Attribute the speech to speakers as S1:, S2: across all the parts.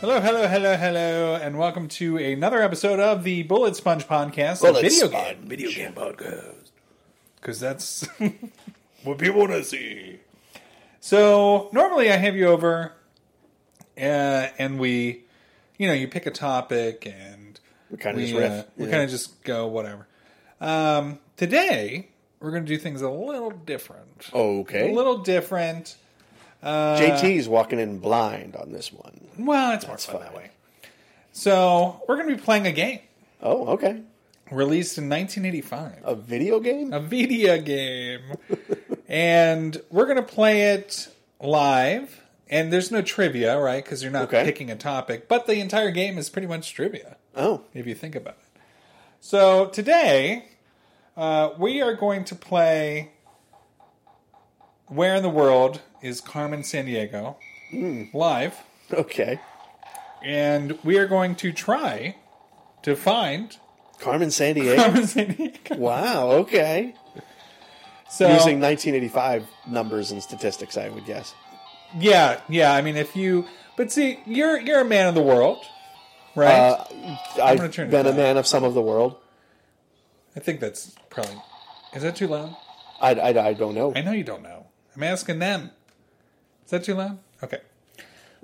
S1: Hello, hello, hello, hello, and welcome to another episode of the Bullet Sponge Podcast, a video game,
S2: Video game podcast.
S1: because that's
S2: What people want to see.
S1: so. Normally, I have you over, uh, and we, you know, you pick a topic, and
S2: We kind of
S1: we,
S2: just riff.
S1: uh, we
S2: Yeah.
S1: kind of just go whatever. Um, today, we're going to do things a little different.
S2: okay.
S1: A little uh, different.
S2: JT's walking in blind on this one.
S1: Well, it's more fun
S2: fine.
S1: that way. So we're going to be playing a game
S2: Oh, okay.
S1: released in 1985.
S2: A video game?
S1: a video game. and we're going to play it live. And there's no trivia, right? Because you're not
S2: Okay.
S1: picking a topic. But the entire game is pretty much trivia,
S2: Oh,
S1: if you think about it. So today, uh, we are going to play Where in the World is Carmen San Diego
S2: Hmm.
S1: live.
S2: okay.
S1: And we are going to try to find
S2: Carmen San Diego.
S1: Carmen San Diego.
S2: wow, okay.
S1: So,
S2: Using 1985 numbers and statistics, I would guess.
S1: Yeah, yeah. I mean, if you, but see, you're you're a man of the world, right?
S2: Uh,
S1: gonna
S2: I've
S1: turn it
S2: been a
S1: down.
S2: man of some of the world.
S1: I think that's probably. Is that too loud?
S2: I, I, I don't know.
S1: I know you don't know. I'm asking them. Is that too loud? Okay.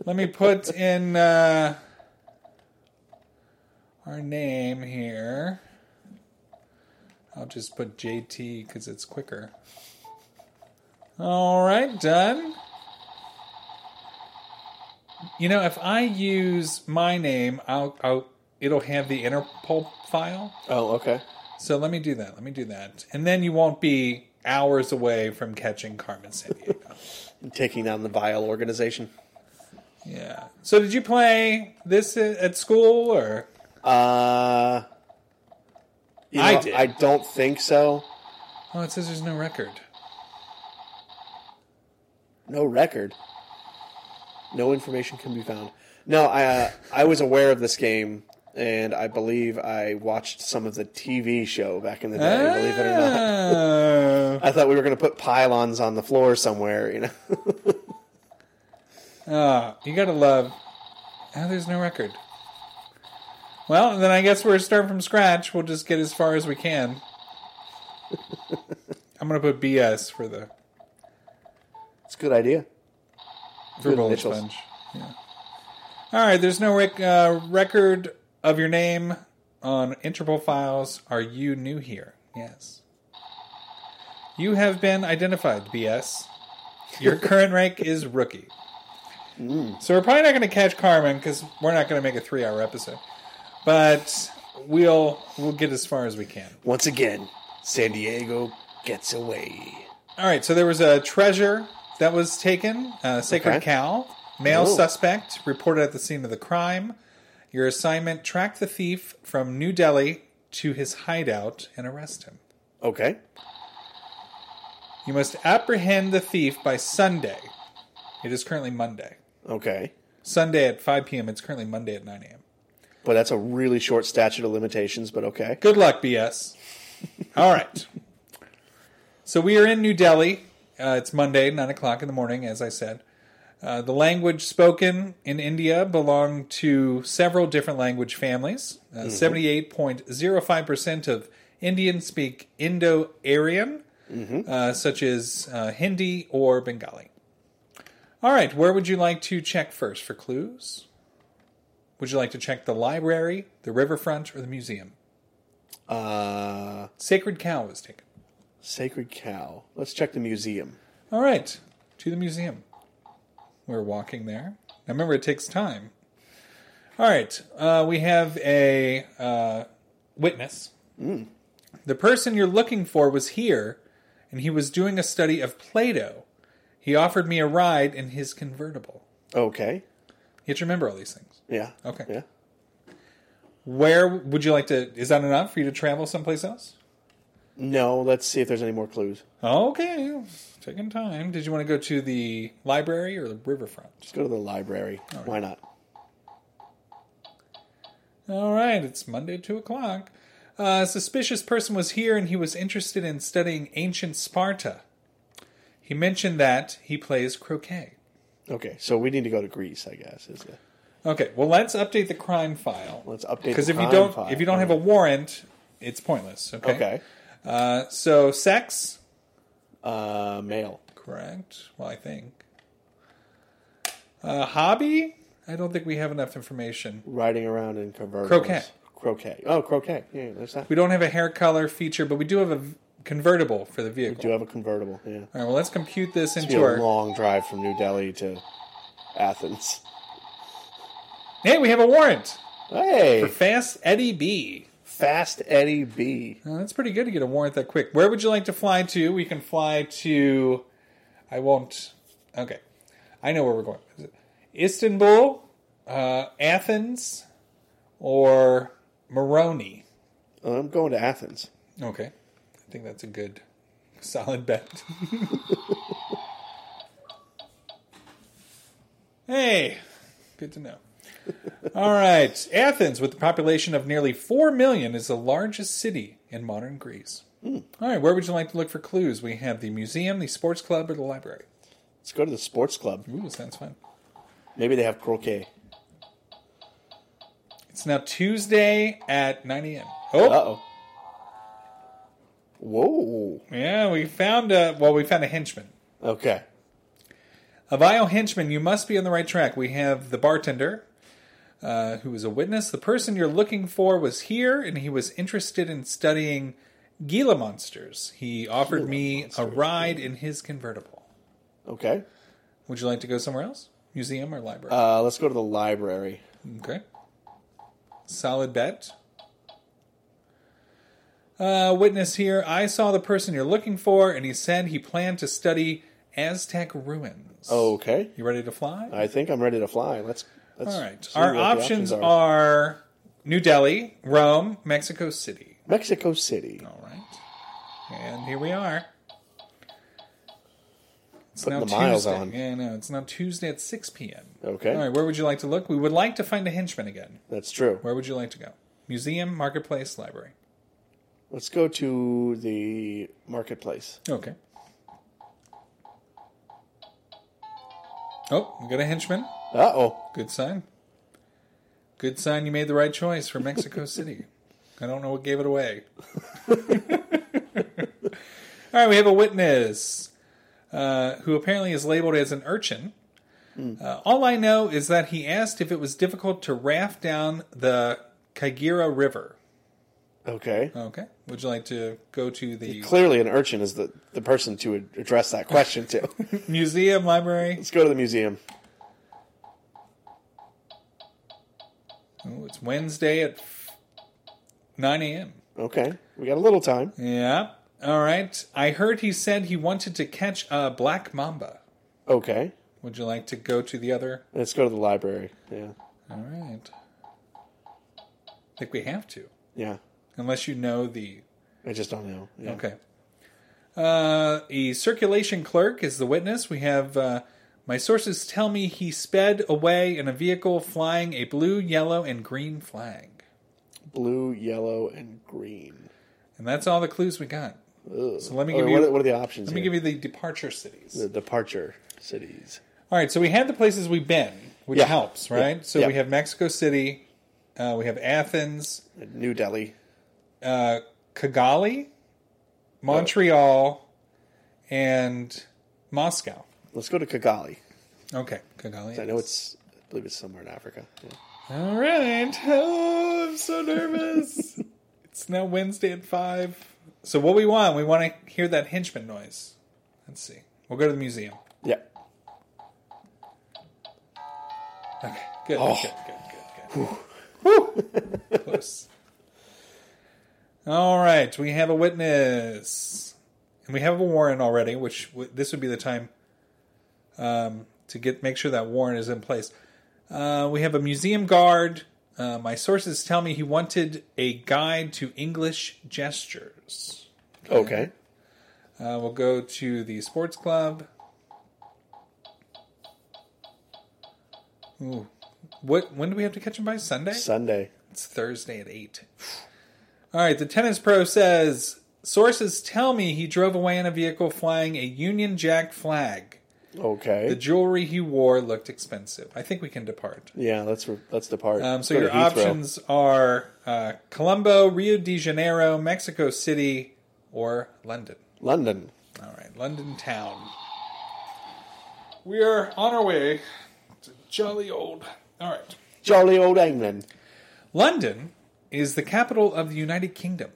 S1: Let me put in uh, our name here. I'll just put JT because it's quicker. All right, done. You know, if I use my name, I'll, I'll it'll have the Interpol file.
S2: Oh, okay.
S1: So let me do that. Let me do that. And then you won't be hours away from catching Carmen San Diego.
S2: Taking down the vile organization.
S1: yeah. So did you play this i- at school or
S2: Uh, you
S1: I
S2: know,
S1: did.
S2: I don't think so.
S1: Oh, it says there's no record.
S2: No record. No information can be found. No, I uh, I was aware of this game, and I believe I watched some of the TV show back in the day. Believe it or not,
S1: Oh.
S2: I thought we were going to put pylons on the floor somewhere. You know,
S1: Oh, you got to love Oh, there's no record. Well, then I guess we're starting from scratch. We'll just get as far as we can. I'm going to put BS for the
S2: it's a good idea.
S1: For
S2: Good
S1: Bullet
S2: initials.
S1: Sponge. Yeah. All right. There's no rec- uh, record of your name on Interpol files. Are you new here? Yes. You have been identified, BS. Your current rank is rookie. So we're probably not going to catch Carmen because we're not going to make a three-hour episode, but we'll we'll get as far as we can.
S2: Once again, San Diego gets away.
S1: All right, so there was a treasure that was taken, a sacred
S2: Okay.
S1: cow. Male
S2: Ooh.
S1: suspect reported at the scene of the crime. Your assignment track the thief from New Delhi to his hideout and arrest him.
S2: Okay,
S1: You must apprehend the thief by Sunday. It is currently Monday.
S2: okay.
S1: Sunday at 5 p.m. It's currently Monday at 9 a.m.
S2: But that's a really short statute of limitations, but okay.
S1: Good luck, BS. All right. So we are in New Delhi. Uh, it's Monday, 9 o'clock in the morning, as I said. Uh, the language spoken in India belong to several different language families. Uh, 78.05% of Indians speak Indo Aryan, uh, such as uh, Hindi or Bengali. All right, where would you like to check first for clues? Would you like to check the library, the riverfront, or the museum?
S2: Uh,
S1: Sacred Cow was taken.
S2: sacred cow. Let's check the museum.
S1: All right, to the museum. We're walking there. Now remember, it takes time. All right, uh, we have a uh, witness. The person you're looking for was here, and he was doing a study of Plato. He offered me a ride in his convertible.
S2: Okay.
S1: You have to remember all these things.
S2: Yeah.
S1: Okay.
S2: Yeah.
S1: Where would you like to? Is that enough for you to travel someplace else?
S2: No, let's see if there's any more clues.
S1: Okay, taking time. Did you want to go to the library or the riverfront?
S2: Let's go to the library. Why not?
S1: All right, it's Monday, 2 o'clock. Uh, a suspicious person was here and he was interested in studying ancient Sparta. He mentioned that he plays croquet.
S2: Okay, so we need to go to Greece, I guess. Is it?
S1: Okay, well, let's update the crime file.
S2: Let's update the
S1: Because if you
S2: crime
S1: don't,
S2: file.
S1: if you don't have a warrant, it's pointless. Okay.
S2: Okay.
S1: Uh, so sex,
S2: Uh, male.
S1: correct? Well, I think. Uh, hobby? I don't think we have enough information.
S2: Riding around in convertibles.
S1: Croquet.
S2: Croquet. Oh, croquet. Yeah, there's that.
S1: We don't have a hair color feature, but we do have a v- convertible for the vehicle.
S2: We do have a convertible. Yeah.
S1: All right, well, let's compute this
S2: It's
S1: into
S2: a
S1: our.
S2: long drive from New Delhi to Athens.
S1: Hey, we have a warrant
S2: Hey,
S1: for Fast Eddie B.
S2: Fast Eddie B.
S1: Uh, that's pretty good to get a warrant that quick. Where would you like to fly to? We can fly to. I won't. Okay. I know where we're going. Is it Istanbul, uh, Athens, or Moroni?
S2: I'm going to Athens.
S1: Okay. I think that's a good, solid bet. hey, good to know. All right. Athens, with a population of nearly 4 million, is the largest city in modern Greece. All right. Where would you like to look for clues? We have the museum, the sports club, or the library.
S2: Let's go to the sports club.
S1: Ooh, sounds fun.
S2: Maybe they have croquet.
S1: It's now Tuesday at 9 a.m. Oh,
S2: Uh oh. Whoa.
S1: yeah. We found a, well, we found a henchman.
S2: Okay.
S1: A vile henchman, you must be on the right track. We have the bartender, uh, who is a witness. The person you're looking for was here, and he was interested in studying Gila monsters. He offered me a ride in his convertible.
S2: Okay.
S1: Would you like to go somewhere else? Museum or library?
S2: Uh, let's go to the library.
S1: okay. Solid bet. Uh, witness here. I saw the person you're looking for, and he said he planned to study Aztec ruins.
S2: Okay.
S1: You ready to fly?
S2: Oh. I think I'm ready to fly. Let's. let's
S1: All right.
S2: see
S1: Our
S2: what the
S1: options, are. New Delhi, Rome, Mexico City.
S2: Mexico City.
S1: All right. And here we are. It's
S2: Putting
S1: now
S2: the miles
S1: Tuesday.
S2: on.
S1: Yeah, no, it's now Tuesday at 6 p.m.
S2: Okay.
S1: All right, where would you like to look? We would like to find a henchman again.
S2: That's true.
S1: Where would you like to go? Museum, marketplace, library.
S2: Let's go to the marketplace.
S1: Okay. Oh, we got a henchman.
S2: Uh oh.
S1: Good sign. Good sign you made the right choice for Mexico City. I don't know what gave it away. All right, we have a witness uh, who apparently is labeled as an urchin. Uh, all I know is that he asked if it was difficult to raft down the Kagera River.
S2: Okay.
S1: Okay. Would you like to go to the
S2: Clearly, an urchin is the, the person to ad- address that question to.
S1: museum, library?
S2: Let's go to the museum.
S1: Oh, it's Wednesday at 9 a.m.
S2: Okay. We got a little time.
S1: Yeah. All right. I heard he said he wanted to catch a black mamba.
S2: Okay.
S1: Would you like to go to the other?
S2: Let's go to the library. Yeah.
S1: All right. I think we have to,
S2: Yeah.
S1: unless you know the.
S2: I just don't know. Yeah.
S1: Okay. Uh, a circulation clerk is the witness. We have uh, My sources tell me he sped away in a vehicle flying a blue, yellow, and green flag.
S2: Blue, yellow, and green.
S1: And that's all the clues we got. So let me
S2: Or
S1: give
S2: what,
S1: you
S2: are, what are the options?
S1: let me
S2: here?
S1: give you the departure cities.
S2: the departure cities.
S1: All right, so we had the places we've been, which
S2: Yeah.
S1: helps, right?
S2: Yeah.
S1: So
S2: Yeah.
S1: we have Mexico City, uh, we have Athens,
S2: New Delhi.
S1: uh, Kigali, Montreal, and Moscow.
S2: Let's go to Kigali.
S1: Okay, Kigali.
S2: I know it's, I believe it's somewhere in Africa. Yeah.
S1: All right. Oh, I'm so nervous. it's now Wednesday at five. So what we want? We want to hear that henchman noise. Let's see. We'll go to the museum.
S2: Yeah.
S1: Okay. Good. Good. Good. Good. Good. Close. All right. We have a witness, and we have a warrant already. Which w- this would be the time um, to get make sure that warrant is in place. Uh, we have a museum guard. Uh, my sources tell me he wanted a guide to English gestures.
S2: Okay.
S1: Uh, we'll go to the sports club. Ooh. What? When do we have to catch him by Sunday?
S2: Sunday.
S1: It's Thursday at eight. All right. The tennis pro says sources tell me he drove away in a vehicle flying a Union Jack flag.
S2: Okay.
S1: The jewelry he wore looked expensive. I think we can depart.
S2: yeah, let's re- let's depart.
S1: Um, so
S2: Go to
S1: your
S2: Heathrow.
S1: options are uh, Colombo, Rio de Janeiro, Mexico City, or London.
S2: London.
S1: All right, London town. We are on our way to jolly old. All right.
S2: Jolly old England.
S1: London is the capital of the United Kingdom,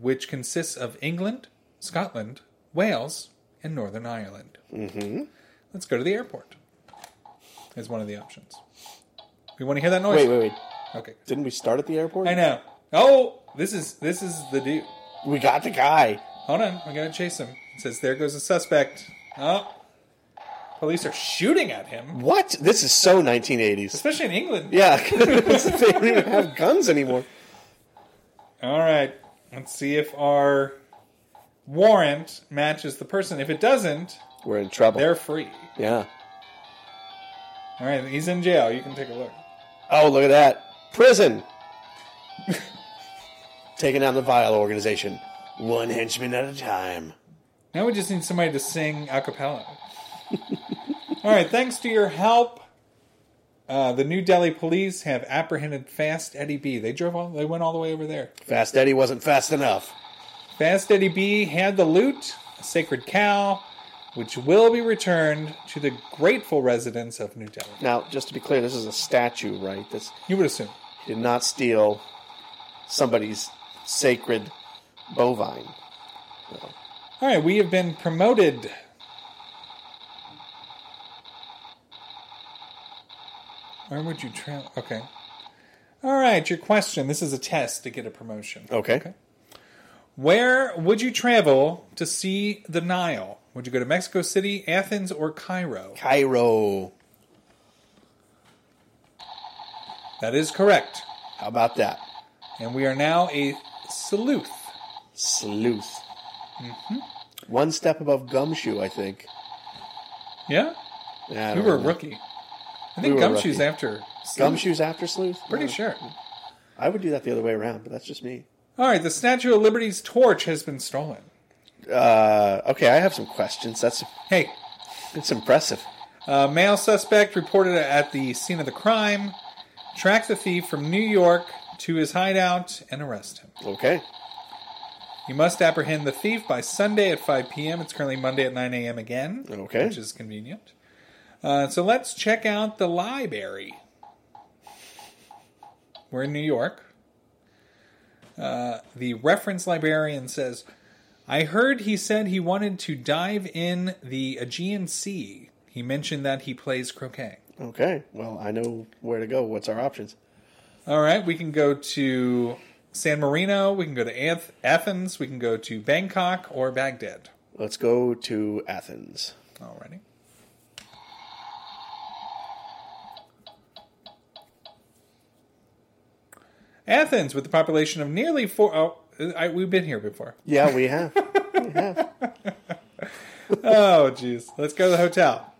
S1: which consists of England, Scotland, Wales, and Northern Ireland. Mm-hmm. Let's go to the airport. Is one of the options. We want to hear that noise.
S2: Wait, wait, wait.
S1: Okay.
S2: Didn't we start at the airport?
S1: I know. Oh, this is this is the dude.
S2: We got the guy.
S1: Hold on, I gotta chase him. It says there goes a suspect. Oh, police are shooting at him,
S2: What? This is so 1980s.
S1: especially in England.
S2: Yeah. they don't even have guns anymore.
S1: All right. Let's see if our warrant matches the person. If it doesn't,
S2: We're in trouble.
S1: they're free.
S2: yeah.
S1: All right, he's in jail. You can take a look.
S2: Oh, look at that. Prison. Taking down the vile organization. One henchman at a time.
S1: Now we just need somebody to sing a cappella. All right, thanks to your help, uh, the New Delhi police have apprehended Fast Eddie B. They drove all, they went all the way over there.
S2: Fast Eddie wasn't fast enough.
S1: Fast Eddie B had the loot, a sacred cow, which will be returned to the grateful residents of New Delhi.
S2: Now, just to be clear, this is a statue, right? This
S1: You would assume.
S2: he did not steal somebody's sacred bovine.
S1: All right, we have been promoted. Where would you travel? Okay. All right, your question. This is a test to get a promotion.
S2: Okay.
S1: Where would you travel to see the Nile? Would you go to Mexico City, Athens, or Cairo?
S2: Cairo.
S1: That is correct.
S2: How about that?
S1: And we are now a sleuth.
S2: Sleuth. One step above gumshoe, I think.
S1: Yeah?
S2: Yeah, I
S1: You
S2: don't
S1: were a
S2: know.
S1: rookie. I think
S2: We were
S1: Gumshoe's
S2: rookie.
S1: after sleuth.
S2: Gumshoes after sleuth?
S1: Pretty
S2: Yeah.
S1: sure.
S2: I would do that the other way around, but that's just me.
S1: All right, the Statue of Liberty's torch has been stolen.
S2: Uh, okay, I have some questions. That's
S1: Hey,
S2: it's impressive.
S1: A male suspect reported at the scene of the crime. Track the thief from New York to his hideout and arrest him.
S2: Okay.
S1: You must apprehend the thief by Sunday at 5 p.m. It's currently Monday at 9 a.m. again,
S2: Okay.
S1: which is convenient. Uh, so let's check out the library. We're in New York. Uh, the reference librarian says, I heard he said he wanted to dive in the Aegean Sea. He mentioned that he plays croquet.
S2: Okay. Well, I know where to go. What's our options?
S1: All right, we can go to San Marino, we can go to Anth- Athens, we can go to Bangkok or Baghdad.
S2: Let's go to Athens.
S1: Alrighty. Athens, with a population of nearly four oh, I, we've been here before.
S2: Yeah, we have.
S1: Oh, jeez. Let's go to the hotel.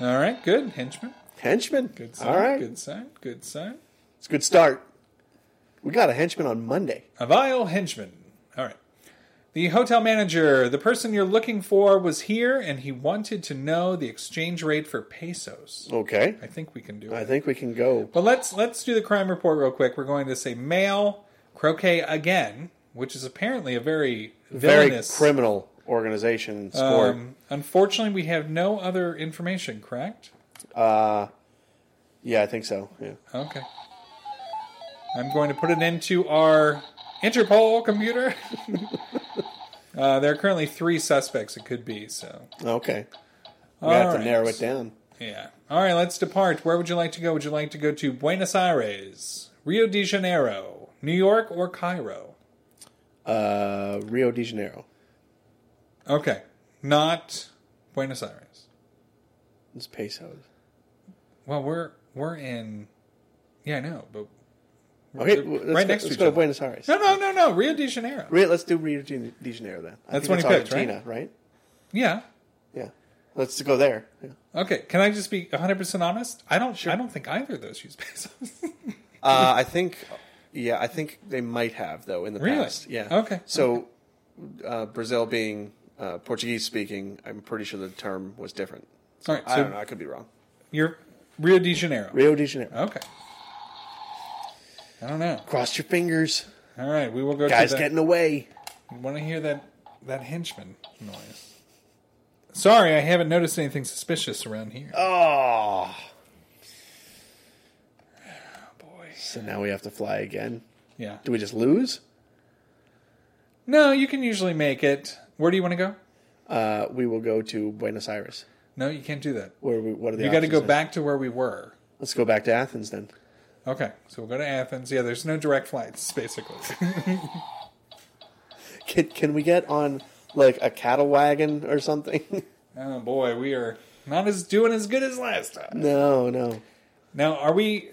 S1: All right, good. Henchman.
S2: Henchman.
S1: Good sign.
S2: All right.
S1: Good sign. Good sign.
S2: It's a good start. We got a henchman on Monday.
S1: A vile henchman. All right. The hotel manager, the person you're looking for, was here and he wanted to know the exchange rate for pesos.
S2: Okay.
S1: I think we can do it.
S2: I think we can go.
S1: But let's let's do the crime report real quick. We're going to say male croquet again, which is apparently a very
S2: Very
S1: villainous.
S2: criminal organization sport.
S1: Um, unfortunately, we have no other information. Correct?
S2: yeah, I think so. Yeah.
S1: Okay. I'm going to put it into our Interpol computer. uh, there are currently three suspects. It could be so.
S2: Okay. We have to
S1: right.
S2: narrow it down.
S1: Yeah. All right, let's depart. Where would you like to go? Would you like to go to Buenos Aires, Rio de Janeiro, New York, or Cairo?
S2: Uh, Rio de Janeiro.
S1: Okay, not Buenos Aires.
S2: It's pesos.
S1: Well, we're we're in. Yeah, I know, but
S2: Okay,
S1: They're
S2: w- let's
S1: right
S2: go,
S1: next to
S2: let's
S1: each
S2: go to
S1: other.
S2: Buenos Aires.
S1: no, no, no, no. Rio de Janeiro.
S2: Re- let's do Rio de de Janeiro then. I
S1: That's
S2: think
S1: what he picked, right?
S2: Argentina, right?
S1: Yeah.
S2: Yeah. Let's go there. Yeah.
S1: Okay. Can I just be 100 percent honest? I don't. I don't think either of those use pesos.
S2: Uh, I think, yeah, I think they might have though in the
S1: Really?
S2: past. Yeah.
S1: Okay.
S2: So, uh, Brazil being uh, Portuguese speaking, I'm pretty sure the term was different.
S1: All right.
S2: I don't know.
S1: So
S2: I could be wrong.
S1: you're Rio de Janeiro.
S2: Rio de Janeiro.
S1: Okay. I don't know.
S2: Cross your fingers.
S1: All right, we will go.
S2: Guys
S1: to the,
S2: getting away.
S1: Want to hear that that henchman noise? Sorry, I haven't noticed anything suspicious around here.
S2: Oh.
S1: boy.
S2: So now we have to fly again.
S1: Yeah.
S2: Do we just lose?
S1: No, you can usually make it. Where do you want to go?
S2: Uh, we will go to Buenos Aires.
S1: No, you can't do that.
S2: Where we, what are the
S1: You got to
S2: options
S1: go
S2: then?
S1: back to where we were.
S2: Let's go back to Athens then.
S1: Okay, so we'll go to Athens. Yeah, there's no direct flights, basically.
S2: Can, can we get on like a cattle wagon or something?
S1: oh boy, we are not as doing as good as last time.
S2: no, no.
S1: Now, are we?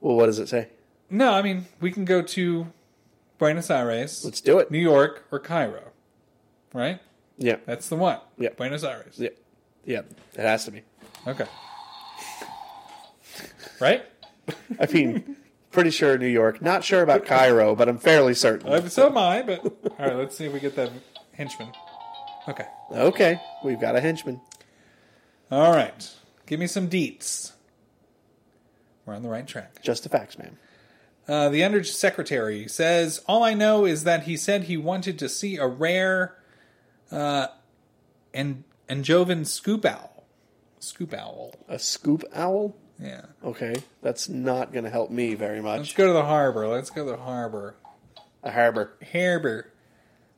S2: Well, what does it say?
S1: No, I mean we can go to Buenos Aires,
S2: Let's do it.
S1: New York, or Cairo. Right,
S2: Yeah.
S1: that's the one.
S2: Yeah.
S1: Buenos Aires.
S2: Yeah. Yeah. It has to be.
S1: Okay. Right?
S2: I mean, pretty sure New York. Not sure about Cairo, but I'm fairly certain.
S1: Uh, So am I, but all right, let's see if we get that henchman. Okay.
S2: Okay. We've got a henchman.
S1: All right. Give me some deets. We're on the right track.
S2: Just the facts, ma'am.
S1: Uh, the Under Secretary says All I know is that he said he wanted to see a rare uh, and Anjovan scoop owl. Scoop owl.
S2: A scoop owl?
S1: Yeah.
S2: Okay. That's not going to help me very
S1: Let's
S2: much.
S1: go to the harbor. Let's go to the harbor.
S2: A harbor.
S1: harbor.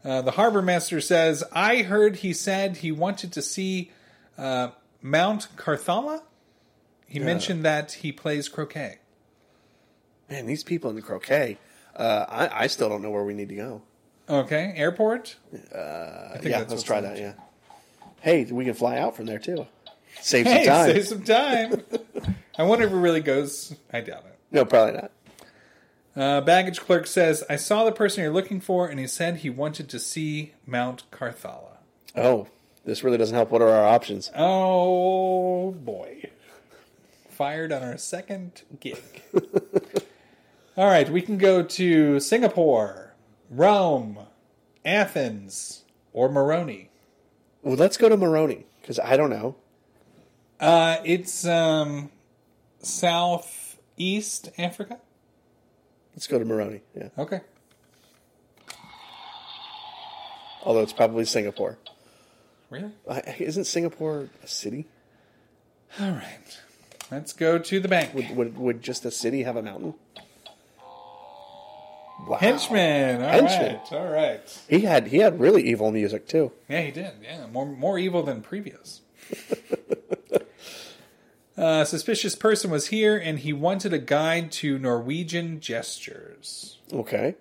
S1: Uh, the harbor master says, I heard he said he wanted to see uh, Mount Carthala. He mentioned that he plays croquet.
S2: Man, these people in the croquet. Uh, I, I still don't know where we need to go.
S1: Okay, airport? I think
S2: Uh, Yeah,
S1: that's
S2: let's
S1: what's
S2: try
S1: on
S2: that.
S1: it.
S2: Yeah. Hey, we can fly out from there too. Save some
S1: Hey,
S2: time.
S1: save some time. I wonder if it really goes. I doubt it.
S2: No, probably not.
S1: Uh, baggage clerk says, I saw the person you're looking for, and he said he wanted to see Mount Carthala.
S2: Oh, this really doesn't help. What are our options?
S1: Oh boy. Fired on our second gig. All right, we can go to Singapore, Rome, Athens, or Moroni.
S2: Well, let's go to Moroni because I don't know.
S1: Uh, it's um, Southeast Africa.
S2: Let's go to Moroni. Yeah.
S1: Okay.
S2: Although it's probably Singapore.
S1: Really?
S2: I- Isn't Singapore a city?
S1: All right. Let's go to the bank.
S2: Would would just a city have a mountain? Wow.
S1: Henchman. All right.
S2: Henchman.
S1: All right.
S2: He had he had really evil music too.
S1: Yeah, he did. Yeah, more more evil than previous. uh, suspicious person was here, and he wanted a guide to Norwegian gestures.
S2: Okay.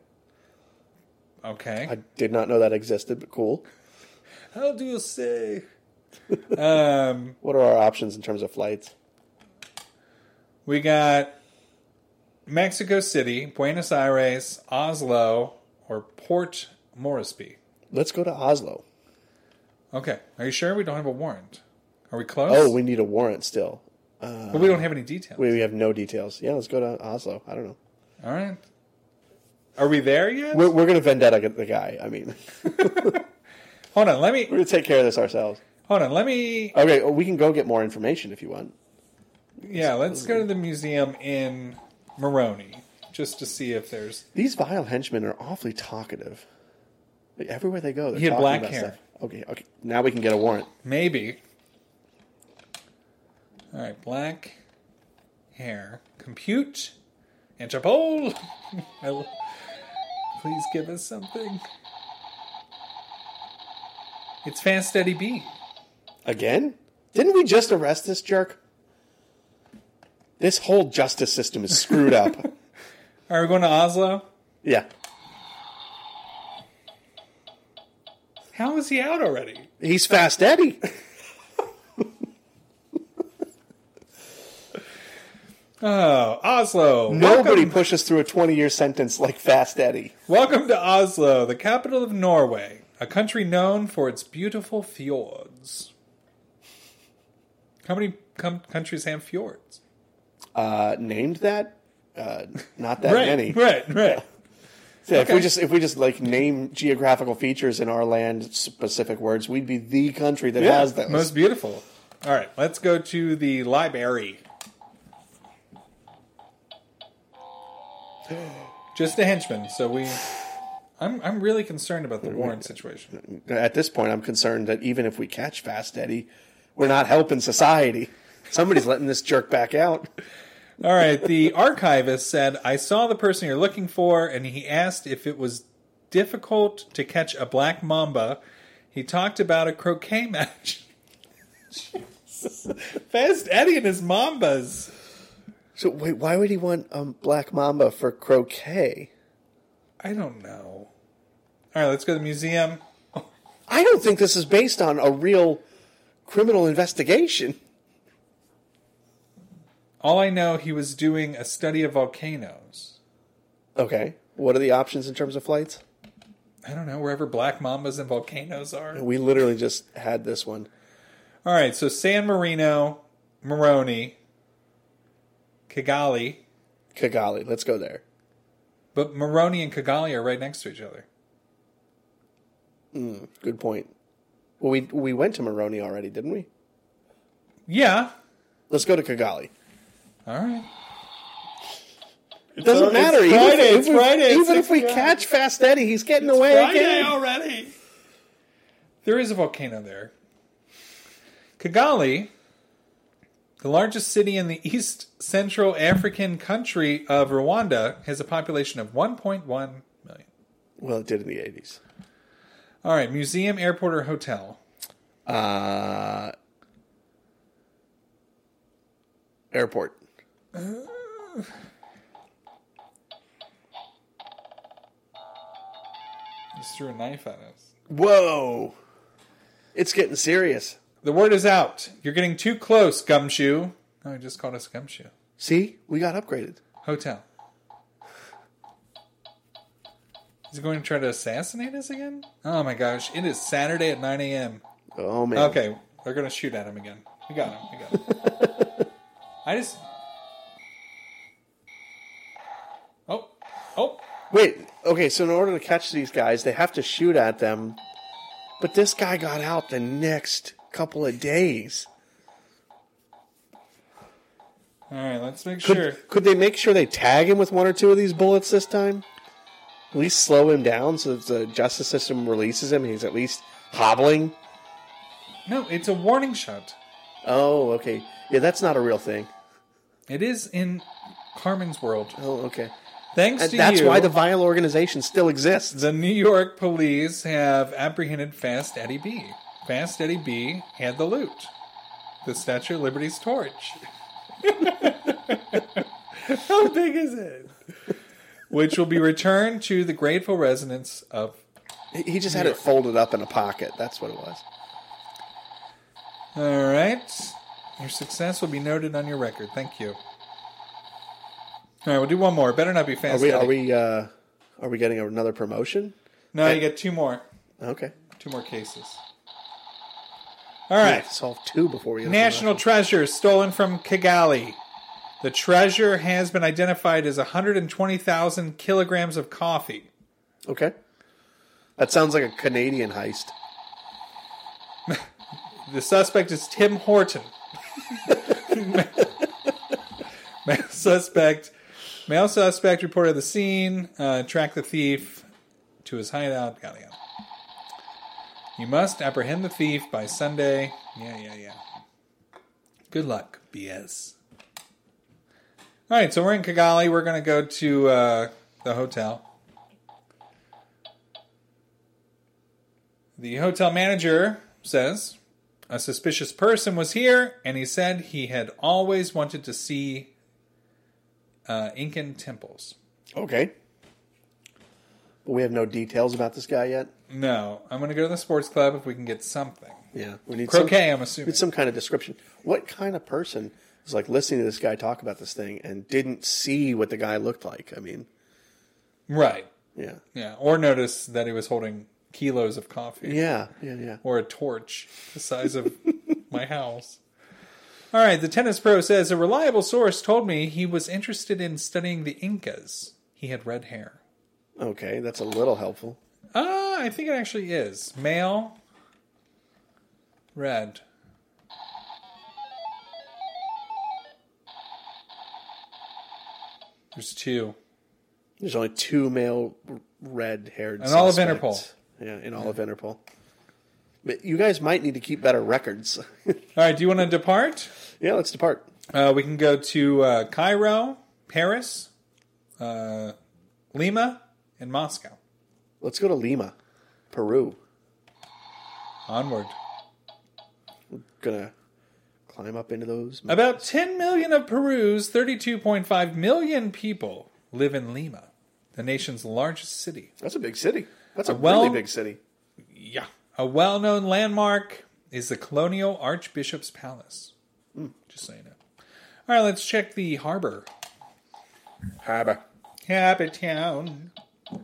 S1: Okay,
S2: I did not know that existed, but cool.
S1: how do you say?
S2: What are our options in terms of flights?
S1: We got Mexico City, Buenos Aires, Oslo, or Port Moresby.
S2: Let's go to Oslo.
S1: Okay. Are you sure we don't have a warrant? Are we close?
S2: Oh, we need a warrant still.
S1: but we don't have any details.
S2: We, we have no details. Yeah, let's go to Oslo. I don't know.
S1: All right. Are we there yet?
S2: We're, we're going to vendetta get the guy. I mean,
S1: hold on. Let me
S2: we're going to take care of this ourselves.
S1: hold on. Let me.
S2: Okay, well, we can go get more information if you want.
S1: Yeah. Let's go to the museum in Moroni just to see if there's.
S2: These vile henchmen are awfully talkative. Like, everywhere they go, they're
S1: He had
S2: talking
S1: black
S2: about
S1: hair.
S2: stuff. Okay, okay. Now we can get a warrant.
S1: Maybe. All right, black hair. Compute. Interpol. I lo- Please give us something. It's Fast Eddie B.
S2: Again? Didn't we just arrest this jerk? This whole justice system is screwed up.
S1: Are we going to Oslo?
S2: Yeah.
S1: How is he out already?
S2: He's fast Eddie.
S1: Oh, Oslo.
S2: Nobody
S1: Welcome,
S2: pushes through a 20 year sentence like Fast Eddie.
S1: welcome to Oslo, the capital of Norway, a country known for its beautiful fjords. How many com- countries have fjords?
S2: Uh, named that? Uh, not that
S1: right,
S2: many.
S1: right, right.
S2: Yeah, If we just if we just like name geographical features in our land specific words, we'd be the country that has those.
S1: Most beautiful. All right, let's go to the library. Just a henchman, so we. I'm I'm really concerned about the
S2: uh,
S1: warrant situation.
S2: At this point, I'm concerned that even if we catch Fast Eddie, we're not helping society. Somebody's letting this jerk back out.
S1: All right, the archivist said, "I saw the person you're looking for, and he asked if it was difficult to catch a black mamba. He talked about a croquet match. Fast Eddie and his mambas."
S2: So wait, why would he want um, Black Mamba for croquet?
S1: I don't know. All right, let's go to the museum.
S2: I don't think this is based on a real criminal investigation.
S1: All I know, he was doing a study of volcanoes.
S2: Okay, what are the options in terms of flights?
S1: I don't know, wherever black mambas and volcanoes are.
S2: We literally just had this one.
S1: All right, so San Marino, Moroni, Kigali,
S2: Kigali, let's go there.
S1: but Moroni and Kigali are right next to each other.
S2: Good point. Well, we we went to Moroni already, didn't we?
S1: Yeah.
S2: Let's go to Kigali.
S1: All right.
S2: It doesn't
S1: It's
S2: matter.
S1: Friday,
S2: even if,
S1: it's
S2: we-
S1: Friday, it's
S2: even if we
S1: 6 p.m.
S2: catch Fast Eddie, he's getting away again.
S1: already. There is a volcano there. Kigali, the largest city in the East Central African country of Rwanda, has a population of 1.1 million.
S2: Well, it did in the eighties.
S1: All right, museum, airport, or hotel?
S2: Uh, airport.
S1: Just threw a knife at us.
S2: Whoa, it's getting serious.
S1: The word is out. You're getting too close, gumshoe. Oh, he just called us gumshoe.
S2: See, we got upgraded.
S1: Hotel. Is he going to try to assassinate us again? Oh my gosh, it is Saturday at 9 a.m.
S2: Oh man.
S1: Okay, we're gonna shoot at him again. We got him. We got him. I just. Oh, oh,
S2: Wait. Okay. So in order to catch these guys, they have to shoot at them. But this guy got out the next couple of days.
S1: all right. Let's make
S2: Could,
S1: sure.
S2: could they make sure they tag him with one or two of these bullets this time? At least slow him down so that the justice system releases him. and He's at least hobbling.
S1: No, it's a warning shot.
S2: Oh, okay. Yeah, that's not a real thing.
S1: It is in Carmen's world.
S2: Oh, okay.
S1: Thanks
S2: And
S1: to
S2: that's
S1: you,
S2: why the vile organization still exists.
S1: the New York police have apprehended Fast Eddie B. Fast Eddie B. had the loot, the Statue of Liberty's torch. How big is it? Which will be returned to the grateful residents of.
S2: He he just had it folded up in a pocket. That's what it was.
S1: All right, your success will be noted on your record. Thank you. All right, we'll do one more. Better not be
S2: Are
S1: Fast
S2: we?
S1: Eddie.
S2: Are we? Uh, are we getting another promotion?
S1: no, you get two more.
S2: Okay.
S1: Two more cases. All right.
S2: Solve two before we get to the
S1: National
S2: last
S1: treasure stolen from Kigali. The treasure has been identified as 120,000 kilograms of coffee.
S2: one. Okay. That sounds like a Canadian heist.
S1: The suspect is Tim Horton. male suspect. Male suspect reported the scene. Uh, track the thief to his hideout. Got it. got it. You must apprehend the thief by Sunday. Yeah, yeah, yeah. Good luck, BS. All right, so we're in Kigali. We're going to go to uh, the hotel. The hotel manager says a suspicious person was here, and he said he had always wanted to see uh, Incan temples.
S2: Okay. But we have no details about this guy yet.
S1: No, I'm going to go to the sports club if we can get something.
S2: Yeah, we need
S1: Croquet,
S2: Some,
S1: I'm assuming.
S2: Need some kind of description. What kind of person was like listening to this guy talk about this thing and didn't see what the guy looked like? I mean,
S1: Right.
S2: yeah,
S1: Yeah. Or notice that he was holding kilos of coffee.
S2: yeah, yeah, yeah.
S1: Or a torch the size of my house. All right, the tennis pro says a reliable source told me he was interested in studying the Incas. He had red hair.
S2: Okay, that's a little helpful.
S1: Uh, I think it actually is. Male. Red. There's two.
S2: There's only two male red-haired.
S1: In all of
S2: suspects.
S1: Interpol.
S2: Yeah, in all of Interpol. But you guys might need to keep better records.
S1: All right, do you want to depart?
S2: yeah, let's depart.
S1: Uh, we can go to uh, Cairo, Paris, uh, Lima, and Moscow.
S2: Let's go to Lima, Peru.
S1: Onward.
S2: Gonna climb up into those.
S1: About 10 million of Peru's 32.5 million people live in Lima, the nation's largest city.
S2: That's a big city. That's a
S1: Well-
S2: really big city.
S1: Yeah. A well known landmark is the Colonial Archbishop's Palace. Just so you know. All right, let's check the harbor.
S2: Harbor.
S1: Happy Town. All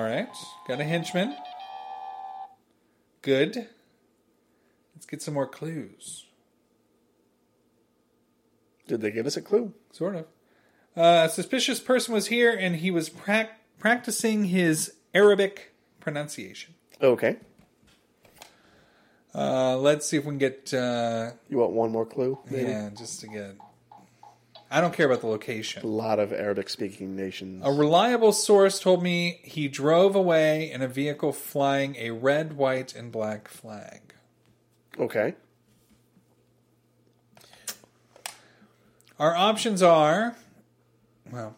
S1: right, got a henchman. Good. Let's get some more clues.
S2: Did they give us a clue?
S1: Sort of. Uh, a suspicious person was here and he was prac- practicing his Arabic pronunciation.
S2: Okay.
S1: Uh, let's see if we can get. Uh,
S2: You want one more clue? Maybe?
S1: yeah, just to get. I don't care about the
S2: A
S1: location.
S2: lot of Arabic speaking nations.
S1: A reliable source told me he drove away in a vehicle flying a red, white, and black flag.
S2: Okay.
S1: Our options are, well,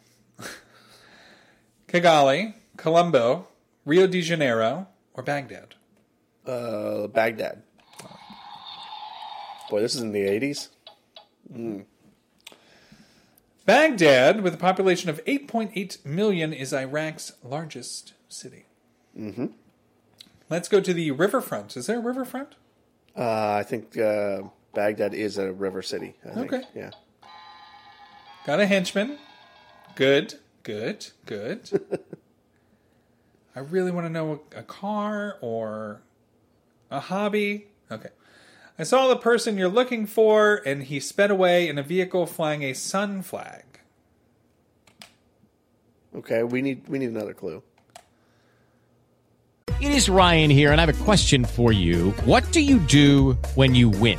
S1: Kigali, Colombo, Rio de Janeiro, or Baghdad.
S2: Uh, Baghdad. Boy, this is in the 80s.
S1: Baghdad, with a population of 8.8 million, is Iraq's largest city. Mm-hmm. Let's go to the riverfront. Is there a riverfront?
S2: Uh, I think uh, Baghdad is a river city. I think.
S1: Okay.
S2: Yeah.
S1: Got a henchman. Good, good, good. I really want to know a, a car or a hobby. Okay. I saw the person you're looking for, and he sped away in a vehicle flying a sun flag.
S2: Okay. We need we need another clue.
S3: It is Ryan here, and I have a question for you. What do you do when you win?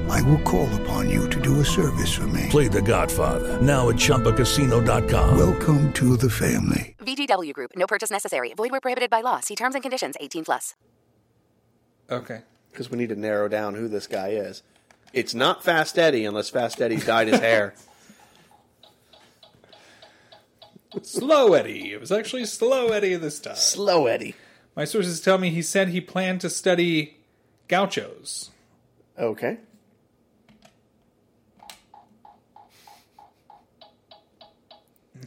S4: I will call upon you to do a service for me.
S5: Play the Godfather now at ChumbaCasino.com.
S4: Welcome to the family.
S6: VGW Group. No purchase necessary. Void where prohibited by law. See terms and conditions. 18 plus.
S1: Okay.
S2: Because we need to narrow down who this guy is. It's not Fast Eddie unless Fast Eddie's dyed his hair.
S1: Slow Eddie. It was actually Slow Eddie this time.
S2: Slow Eddie.
S1: My sources tell me he said he planned to study gauchos.
S2: Okay.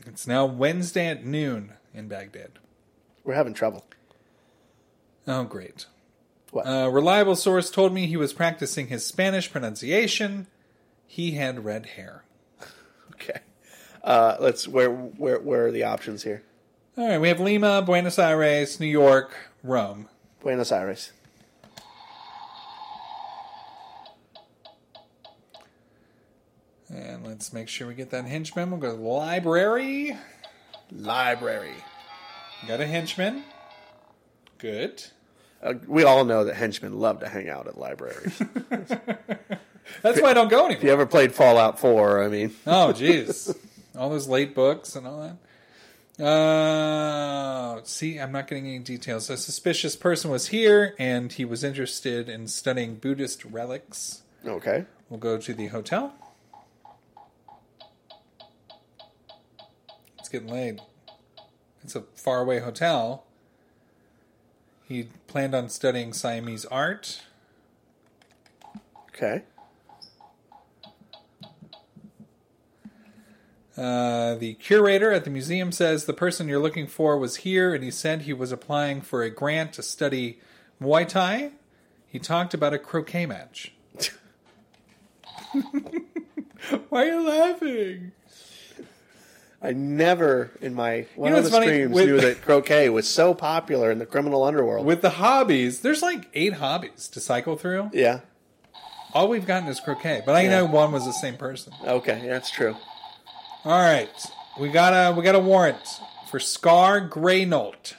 S1: It's now Wednesday at noon in Baghdad.
S2: We're having trouble.
S1: Oh, great.
S2: What?
S1: A reliable source told me he was practicing his Spanish pronunciation. He had red hair.
S2: Okay. Uh, let's. Where where where are the options here?
S1: All right, we have Lima, Buenos Aires, New York, Rome.
S2: Buenos Aires.
S1: And let's make sure we get that henchman. We'll go to the library.
S2: Library.
S1: Got a henchman. Good.
S2: Uh, we all know that henchmen love to hang out at libraries. if
S1: That's why I don't go
S2: you
S1: anywhere.
S2: ever played Fallout Four, I mean,
S1: Oh, jeez. all those late books and all that. Uh, see, I'm not getting any details. A suspicious person was here, and he was interested in studying Buddhist relics.
S2: okay.
S1: We'll go to the hotel. It's getting late. It's a faraway hotel. He planned on studying Siamese art.
S2: Okay.
S1: Uh, the curator at the museum says the person you're looking for was here, and he said he was applying for a grant to study Muay Thai. He talked about a croquet match. Why are you laughing?
S2: I never in my one
S1: know
S2: of
S1: what's
S2: the
S1: funny?
S2: streams
S1: With-
S2: knew that croquet was so popular in the criminal underworld.
S1: With the hobbies, there's like eight hobbies to cycle through.
S2: yeah.
S1: All we've gotten is croquet, but I know one was the same person.
S2: Okay, yeah, that's true.
S1: All right, we got a we got a warrant for Scar Greynolt.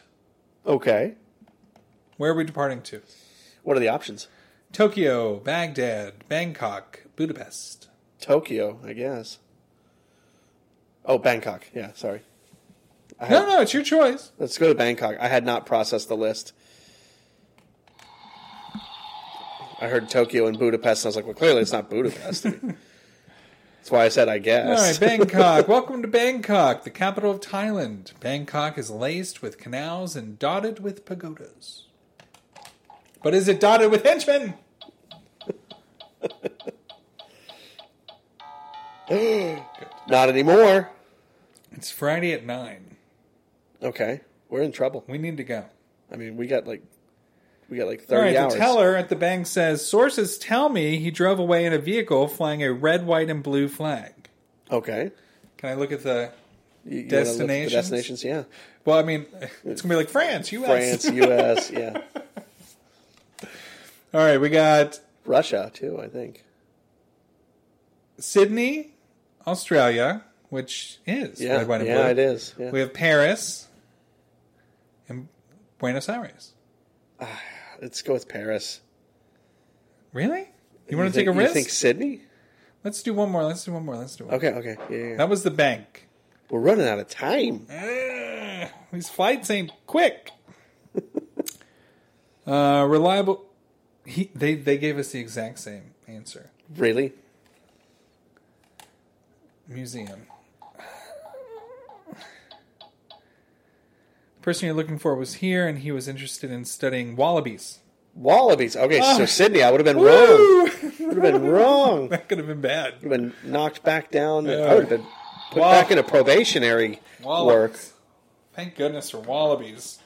S2: Okay.
S1: Where are we departing to?
S2: What are the options?
S1: Tokyo, Baghdad, Bangkok, Budapest.
S2: Tokyo, I guess. Oh, Bangkok. Yeah, sorry.
S1: No, no, it's your choice.
S2: Let's go to Bangkok. I had not processed the list. I heard Tokyo and Budapest, and I was like, well, clearly it's not Budapest. I mean, that's why I said I
S1: All right,
S2: guess.
S1: Bangkok. Welcome to Bangkok, the capital of Thailand. Bangkok is laced with canals and dotted with pagodas. But is it dotted with henchmen?
S2: not anymore.
S1: It's Friday at 9.
S2: Okay. We're in trouble.
S1: We need to go.
S2: I mean, we got like we got like
S1: All
S2: thirty
S1: right,
S2: hours.
S1: the teller at the bank says sources tell me he drove away in a vehicle flying a red, white, and blue flag.
S2: Okay.
S1: Can I look at the.
S2: You- you wanna look at the
S1: Destinations?
S2: Destinations, yeah.
S1: Well, I mean, it's going to be like France, US.
S2: France, US, yeah.
S1: All right, we got
S2: Russia too, I think.
S1: Sydney, Australia, which is
S2: Yeah,
S1: red, white, and
S2: yeah,
S1: blue.
S2: it is. Yeah.
S1: We have Paris and Buenos Aires.
S2: Let's go with Paris.
S1: Really? You want to
S2: think-
S1: take a risk?
S2: You think Sydney?
S1: Let's do one more. Let's do one more. Let's do one.
S2: Okay, okay, yeah, yeah, yeah.
S1: That was the bank.
S2: We're running out of time.
S1: Eh? Ugh, These flights ain't quick. uh, reliable. He, they they gave us the exact same answer.
S2: Really?
S1: Museum. The person you're looking for was here, and he was interested in studying wallabies.
S2: Wallabies. Okay, so Sydney, I would have been wrong.
S1: Ah. Woo!
S2: Would have been wrong.
S1: that could have been bad.
S2: Would have been knocked back down. I would have been put
S1: Wall-
S2: back into probationary work.
S1: Wallabies. Thank goodness for wallabies.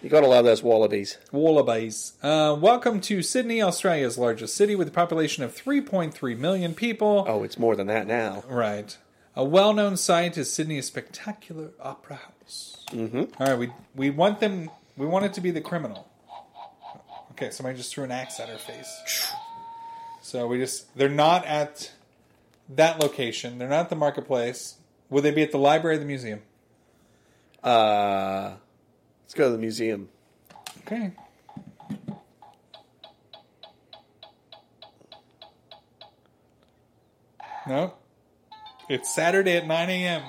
S2: You gotta love those wallabies.
S1: Wallabies. Uh, welcome to Sydney, Australia's largest city with a population of 3.3 million people.
S2: Oh, it's more than that now.
S1: Right. A well known site is Sydney's spectacular opera house. Mm-hmm. right, we, we want them, we want it to be the criminal. Okay, somebody just threw an axe at her face. So we just, they're not at that location, they're not at the marketplace. Would they be at the library or the museum?
S2: Uh, let's go to the museum.
S1: Okay. No. It's Saturday at 9 a.m.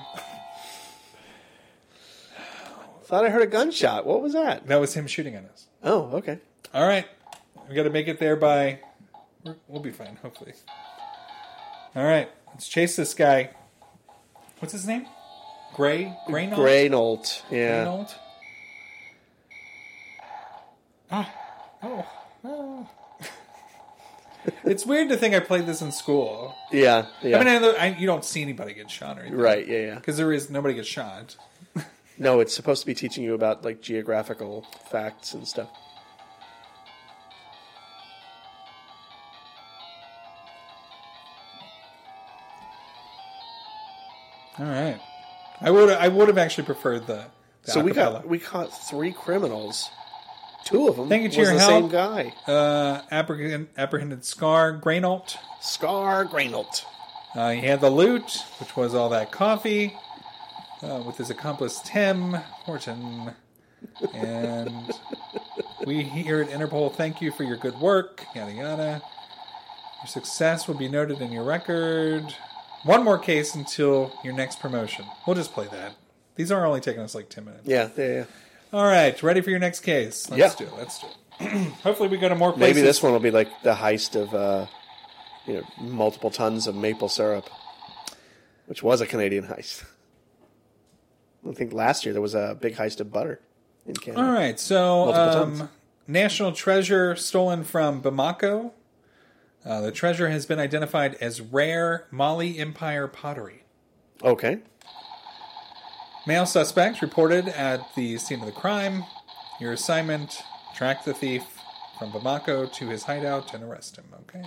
S2: Thought I heard a gunshot. What was that?
S1: That was him shooting at us.
S2: Oh, okay.
S1: All right. We got to make it there by. we're- We'll be fine, hopefully. All right. Let's chase this guy. What's his name? Gray? Graynolt?
S2: Graynolt. Yeah.
S1: Graynolt? Ah. Oh. Oh. it's weird to think I played this in school.
S2: Yeah. Yeah.
S1: I mean, I, know- I, you don't see anybody get shot or anything.
S2: right. Yeah. Yeah.
S1: Because there is nobody gets shot.
S2: No, it's supposed to be teaching you about like geographical facts and stuff.
S1: All right. I would I would have actually preferred the, the
S2: so we
S1: acapella.
S2: got we caught three criminals. Two of them.
S1: Thank you to
S2: was
S1: your
S2: the
S1: help.
S2: same guy.
S1: uh, apprehend, apprehended Scar Graynolt.
S2: Scar Graynolt.
S1: Uh, he had the loot, which was all that coffee, uh, with his accomplice Tim Horton. And we here at Interpol thank you for your good work, yada yada. Your success will be noted in your record. One more case until your next promotion. We'll just play that. These are only taking us like 10 minutes.
S2: Yeah. Yeah. yeah.
S1: All right, ready for your next case? Let's
S2: Yeah.
S1: do it. Let's do it. Hopefully, we go to more places.
S2: Maybe this one will be like the heist of uh, you know multiple tons of maple syrup, which was a Canadian heist. I think last year there was a big heist of butter in Canada.
S1: All right, so
S2: Multiple tons.
S1: um, national treasure stolen from Bamako. Uh, the treasure has been identified as rare Mali Empire pottery.
S2: Okay.
S1: Male suspect reported at the scene of the crime. Your assignment: track the thief from Bamako to his hideout and arrest him. Okay.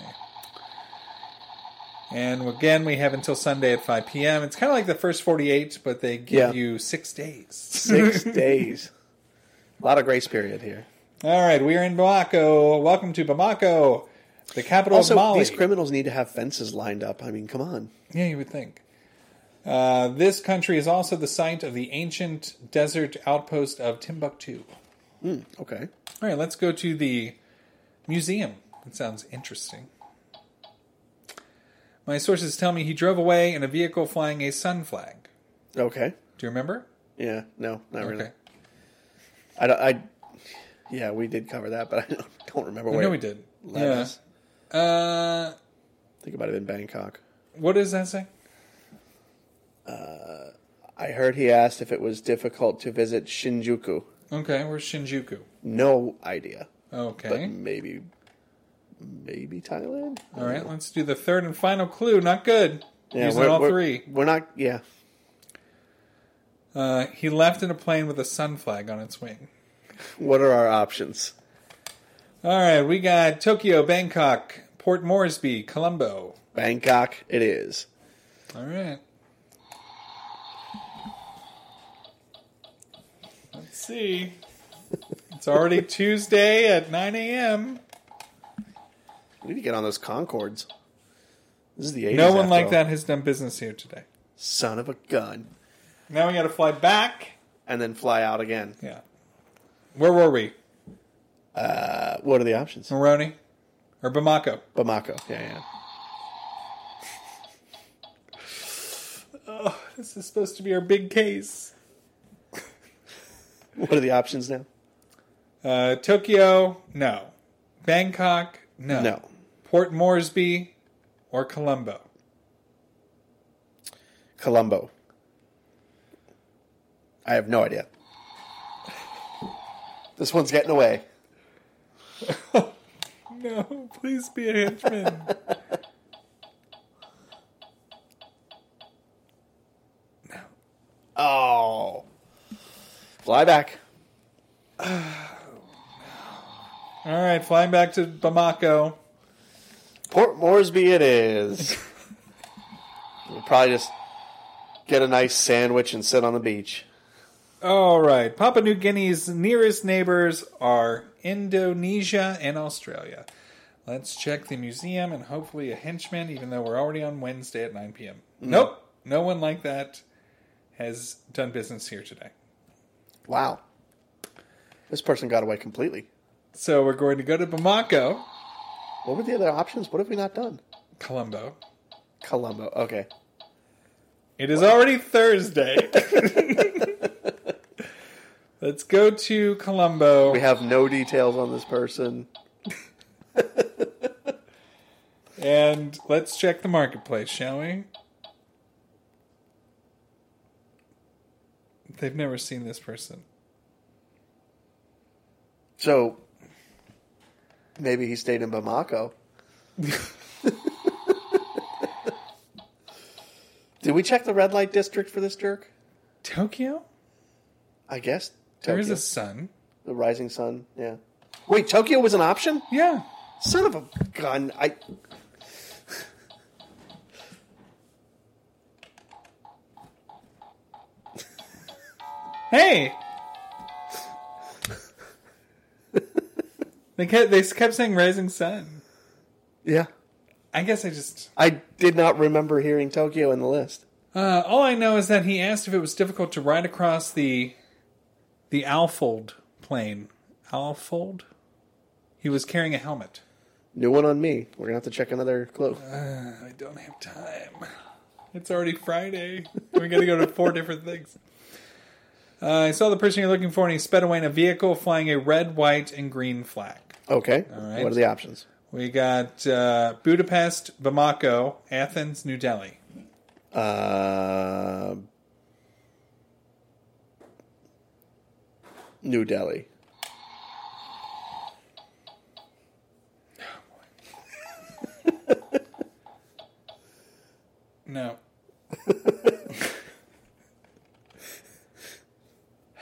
S1: And again, we have until Sunday at 5 p.m. It's kind of like the first 48, but they give
S2: Yeah.
S1: you six days.
S2: Six days. A lot of grace period here.
S1: All right, we are in Bamako. Welcome to Bamako, the capital of
S2: also,
S1: Mali.
S2: these criminals need to have fences lined up. I mean, come on.
S1: yeah, you would think. Uh, this country is also the site of the ancient desert outpost of Timbuktu.
S2: Okay.
S1: All right, let's go to the museum. That sounds interesting. My sources tell me he drove away in a vehicle flying a sun flag.
S2: Okay.
S1: Do you remember?
S2: Yeah. No, not really.
S1: Okay.
S2: I, don't- I. Yeah, we did cover that, but I don't, don't remember
S1: I
S2: where.
S1: know we did.
S2: led
S1: Yeah.
S2: us.
S1: Uh,
S2: I think it might have been Bangkok.
S1: what does that say?
S2: I heard he asked if it was difficult to visit Shinjuku.
S1: Okay, where's Shinjuku?
S2: No idea,
S1: Okay.
S2: but maybe, maybe Thailand.
S1: All right, let's do the third and final clue. Not good.
S2: Yeah,
S1: Using
S2: we're-
S1: all
S2: we're-
S1: three.
S2: We're not. Yeah.
S1: Uh, he left in a plane with a sun flag on its wing.
S2: What are our options?
S1: All right, we got Tokyo, Bangkok, Port Moresby, Colombo.
S2: Bangkok. It is.
S1: All right. Let's see. It's already Tuesday at 9 a.m.
S2: We need to get on those Concords. This is the 80s.
S1: No one
S2: after
S1: like
S2: all.
S1: that has done business here today.
S2: Son of a gun.
S1: Now we got to fly back.
S2: And then fly out again.
S1: Yeah. Where were we?
S2: Uh, what are the options?
S1: Moroni or Bamako?
S2: Bamako. Yeah, yeah.
S1: This is supposed to be our big case.
S2: What are the options now?
S1: Uh, Tokyo, no. Bangkok, no.
S2: No.
S1: Port Moresby or Colombo.
S2: Colombo. I have no idea. This one's getting away.
S1: No, please be a henchman.
S2: Oh. Fly back.
S1: All right, flying back to Bamako.
S2: Port Moresby it is. we'll probably just get a nice sandwich and sit on the beach.
S1: All right, Papua New Guinea's nearest neighbors are Indonesia and Australia. Let's check the museum and hopefully a henchman, even though we're already on Wednesday at 9 p.m. Nope, no one like that has done business here today.
S2: Wow. This person got away completely.
S1: So we're going to go to Bamako,
S2: What were the other options? What have we not done?
S1: Colombo.
S2: Columbo. Okay.
S1: It is already Thursday. Let's go to Columbo.
S2: We have no details on this person.
S1: And let's check the marketplace, shall we? They've never seen this person.
S2: So maybe he stayed in Bamako. Did we check the red light district for this jerk?
S1: Tokyo?
S2: I guess.
S1: There is
S2: Tokyo.
S1: a sun.
S2: The rising sun. Yeah. Wait, Tokyo was an option?
S1: Yeah.
S2: Son of a gun! I.
S1: Hey! they, kept, they kept saying Rising Sun.
S2: Yeah.
S1: I guess I just.
S2: I did not remember hearing Tokyo in the list.
S1: Uh, all I know is that he asked if it was difficult to ride across the the Alfold plane. Alfold? He was carrying a helmet.
S2: New one on me. We're gonna have to check another clue.
S1: Uh, I don't have time. It's already Friday. We gotta go to four different things. Uh, I saw the person you're looking for, and he sped away in a vehicle flying a red, white, and green flag.
S2: Okay.
S1: right.
S2: What are the options?
S1: We got uh, Budapest, Bamako, Athens, New Delhi.
S2: Uh, New Delhi.
S1: No.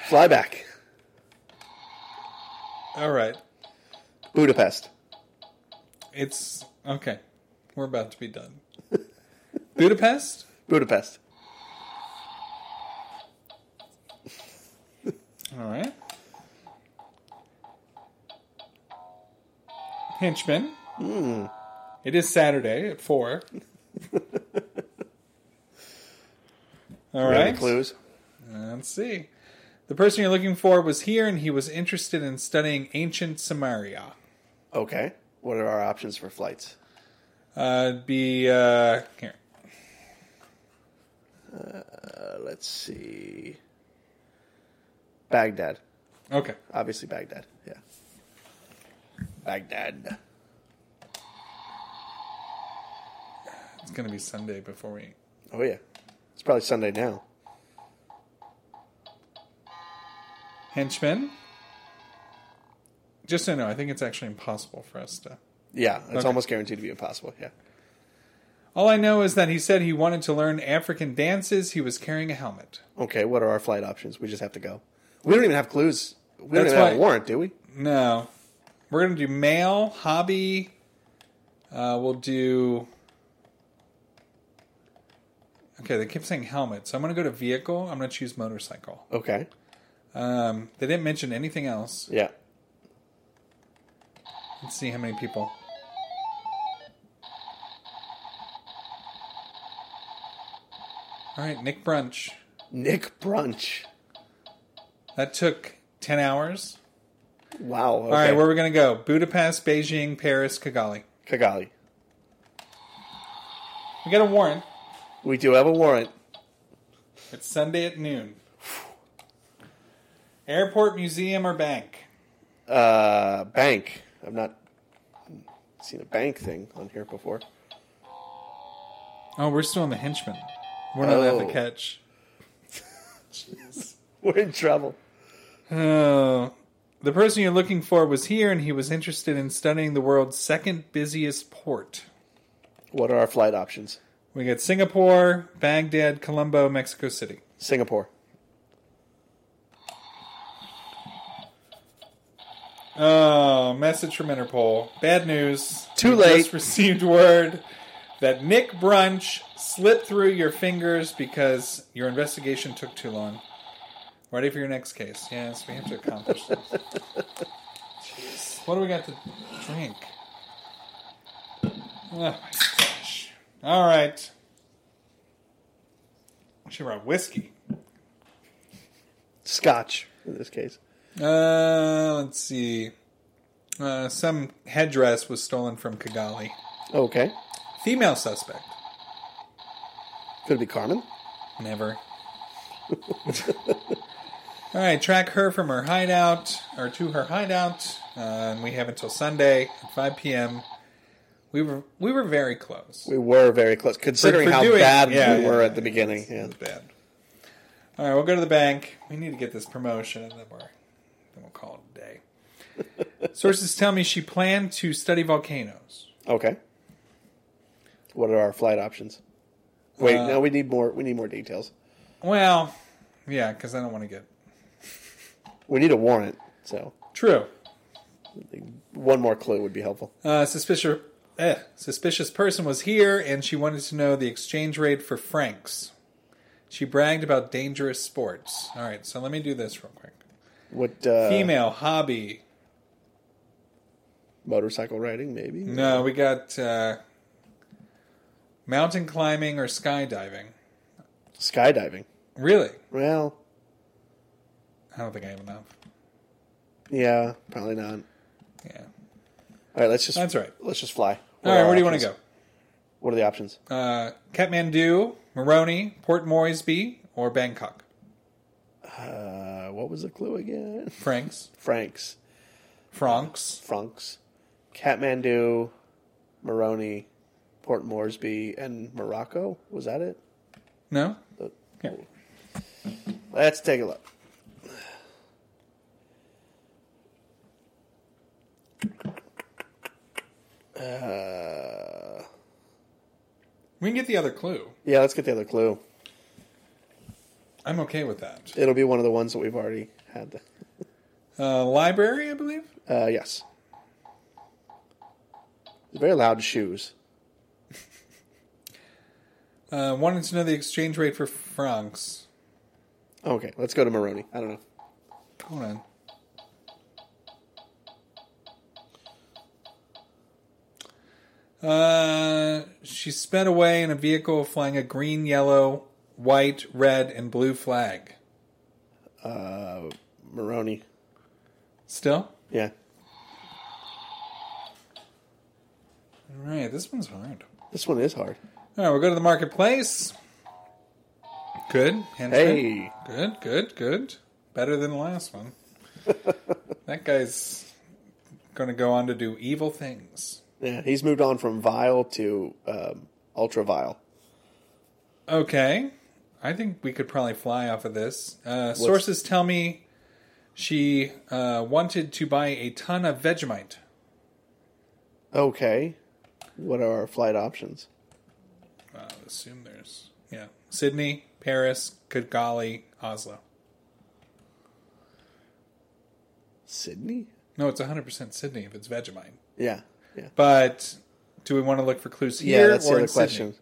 S2: Flyback.
S1: All right.
S2: Budapest.
S1: It's okay. We're about to be done. Budapest?
S2: Budapest.
S1: All right. Henchman. It is Saturday at four. All
S2: Any
S1: right.
S2: clues?
S1: Let's see. The person you're looking for was here, and he was interested in studying ancient Samaria.
S2: Okay. What are our options for flights?
S1: Uh, it'd be uh, here.
S2: Uh, let's see. Baghdad.
S1: Okay.
S2: Obviously, Baghdad. Yeah. Baghdad.
S1: It's gonna be Sunday before we.
S2: Oh, yeah. It's probably Sunday now.
S1: Henchman. Just so you know, I think it's actually impossible for us to.
S2: Yeah. It's almost guaranteed to be impossible. Yeah.
S1: All I know is that he said he wanted to learn African dances. He was carrying a helmet.
S2: Okay. What are our flight options? We just have to go. We don't even have clues. We don't
S1: That's
S2: even have a
S1: why-
S2: warrant, do we?
S1: No, we're gonna do mail hobby. Uh, we'll do. Okay, they kept saying helmet, so I'm gonna go to vehicle. I'm gonna choose motorcycle.
S2: Okay.
S1: Um, they didn't mention anything else.
S2: Yeah.
S1: Let's see how many people. All right, Nick Brunch.
S2: Nick Brunch.
S1: That took ten hours.
S2: Wow. Okay.
S1: All right, where are we gonna go? Budapest, Beijing, Paris, Kigali.
S2: Kigali.
S1: We got a warrant.
S2: We do have a warrant.
S1: It's Sunday at noon. Airport, museum, or bank?
S2: Uh, bank. I've not seen a bank thing on here before.
S1: Oh, we're still on the henchman. We're not at
S2: Oh.
S1: the catch.
S2: We're in trouble.
S1: Oh. The person you're looking for was here, and he was interested in studying the world's second busiest port.
S2: What are our flight options?
S1: We got Singapore, Baghdad, Colombo, Mexico City.
S2: Singapore.
S1: Oh, message from Interpol. Bad news.
S2: Too
S1: We
S2: late.
S1: Just received word that Nick Brunch slipped through your fingers because your investigation took too long. Ready for your next case? Yes, we have to accomplish this. Jeez. What do we got to drink? Oh my gosh! All right. She brought whiskey.
S2: Scotch, in this case.
S1: Uh, let's see. Uh, some headdress was stolen from Kigali.
S2: Okay.
S1: Female suspect.
S2: Could it be Carmen?
S1: Never. All right, track her from her hideout or to her hideout, uh, and we have until Sunday at 5 p.m. We were we were very close.
S2: We were very close, considering
S1: for
S2: how
S1: doing-
S2: bad
S1: yeah,
S2: we
S1: yeah,
S2: were
S1: yeah,
S2: at the beginning. Yeah.
S1: Bad. All right, we'll go to the bank. We need to get this promotion, and then we're then we'll call it a day. Sources tell me she planned to study volcanoes.
S2: Okay. What are our flight options? Wait,
S1: Uh,
S2: no, we need more. We need more details.
S1: Well, yeah, because I don't want to get
S2: We need a warrant. So
S1: true.
S2: one more clue would be helpful.
S1: Uh, suspicious, eh, suspicious person was here, and she wanted to know the exchange rate for francs. She bragged about dangerous sports. All right, so let me do this real quick.
S2: What uh,
S1: Female hobby.
S2: motorcycle riding? Maybe.
S1: No, we got uh, mountain climbing or skydiving.
S2: Skydiving.
S1: Really?
S2: Well,
S1: I don't think I have enough.
S2: yeah, probably not.
S1: Yeah.
S2: All right, let's just.
S1: That's right.
S2: Let's just fly.
S1: All right,
S2: are
S1: where do you
S2: our
S1: want to
S2: options?
S1: go?
S2: What are the options?
S1: Uh, Kathmandu, Moroni, Port Moresby, or Bangkok?
S2: Uh, what was the clue again?
S1: Franks,
S2: Franks,
S1: Franks,
S2: Franks, Kathmandu, Moroni, Port Moresby, and Morocco. Was that it?
S1: No?
S2: Let's take a look. Uh,
S1: We can get the other clue.
S2: yeah, let's get the other clue.
S1: I'm okay with that.
S2: It'll be one of the ones that we've already had.
S1: Uh, library, I believe.
S2: Uh, yes. Very loud shoes.
S1: Uh, wanted to know the exchange rate for francs.
S2: Okay, let's go to Maroni. I don't know.
S1: Hold on. Uh, she sped away in a vehicle flying a green, yellow, white, red, and blue flag.
S2: Maroni.
S1: Still?
S2: Yeah.
S1: All right, this one's hard.
S2: This one is hard.
S1: All right, we'll go to the marketplace. Good. Henchman.
S2: Hey.
S1: Good, good, good. Better than the last one. that guy's going to go on to do evil things.
S2: Yeah, he's moved on from vile to um, ultra vile.
S1: Okay. I think we could probably fly off of this. Uh, sources tell me she uh, wanted to buy a ton of Vegemite.
S2: Okay. What are our flight options?
S1: I assume there's. Yeah. Sydney, Paris, Kigali, Oslo.
S2: Sydney?
S1: No, it's 100% Sydney if it's Vegemite.
S2: Yeah. Yeah.
S1: But do we want to look for clues
S2: Yeah,
S1: here
S2: that's
S1: or
S2: the
S1: in
S2: other
S1: Sydney?
S2: question.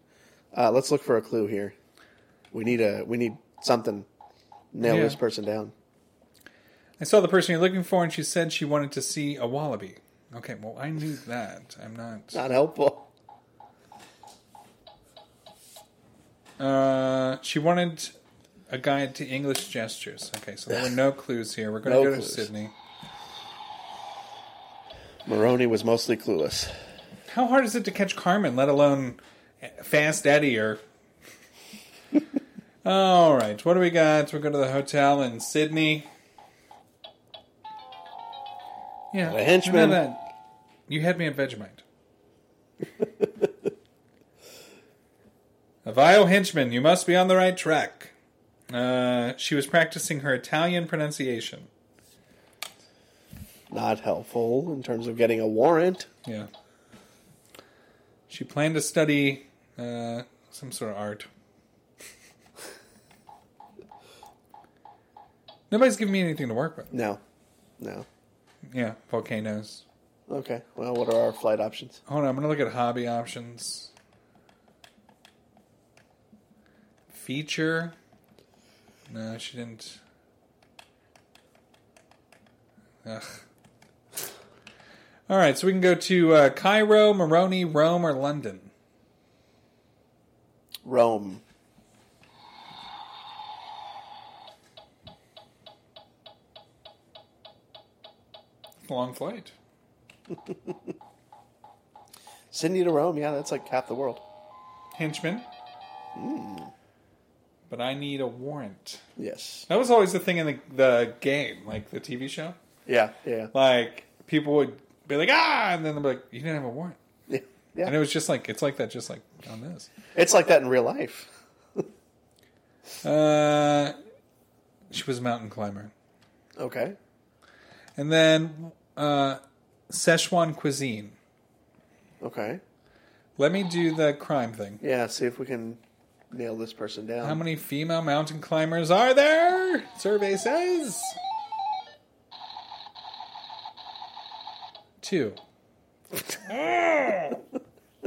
S2: Uh, let's look for a clue here. We need a we need something. Nail
S1: Yeah.
S2: this person down.
S1: I saw the person you're looking for, and she said she wanted to see a wallaby. Okay, well, I knew that. I'm not.
S2: Not helpful.
S1: Uh, she wanted a guide to English gestures. Okay, so there were no clues here. We're going
S2: No
S1: to go
S2: clues.
S1: to Sydney.
S2: Maroney was mostly clueless.
S1: How hard is it to catch Carmen, let alone Fast Eddie or. All right, what do we got? We're going to the hotel in Sydney. Yeah,
S2: a henchman.
S1: no, no. You had me at Vegemite. a vile henchman, you must be on the right track. Uh, she was practicing her Italian pronunciation.
S2: Not helpful in terms of getting a warrant.
S1: Yeah. She planned to study uh, some sort of art. Nobody's giving me anything to work with.
S2: No. No.
S1: Yeah, volcanoes.
S2: Okay. Well, what are our flight options?
S1: Hold on, I'm gonna look at hobby options. Feature. No, she didn't. Ugh. All right, so we can go to uh, Cairo, Moroni, Rome, or London.
S2: Rome.
S1: Long flight.
S2: Sydney to Rome. Yeah, that's like half the world.
S1: Henchman. But I need a warrant.
S2: Yes.
S1: That was always the thing in the, the game, like the TV show.
S2: Yeah. Yeah.
S1: Like people would be like, ah, and then they'd be like, you didn't have a warrant.
S2: Yeah. Yeah.
S1: And it was just like, it's like that, just like on this.
S2: It's like that in real life.
S1: Uh, she was a mountain climber.
S2: Okay.
S1: And then uh, Szechuan cuisine.
S2: Okay.
S1: Let me do the crime thing.
S2: Yeah. See if we can nail this person down.
S1: How many female mountain climbers are there? Survey says. Two.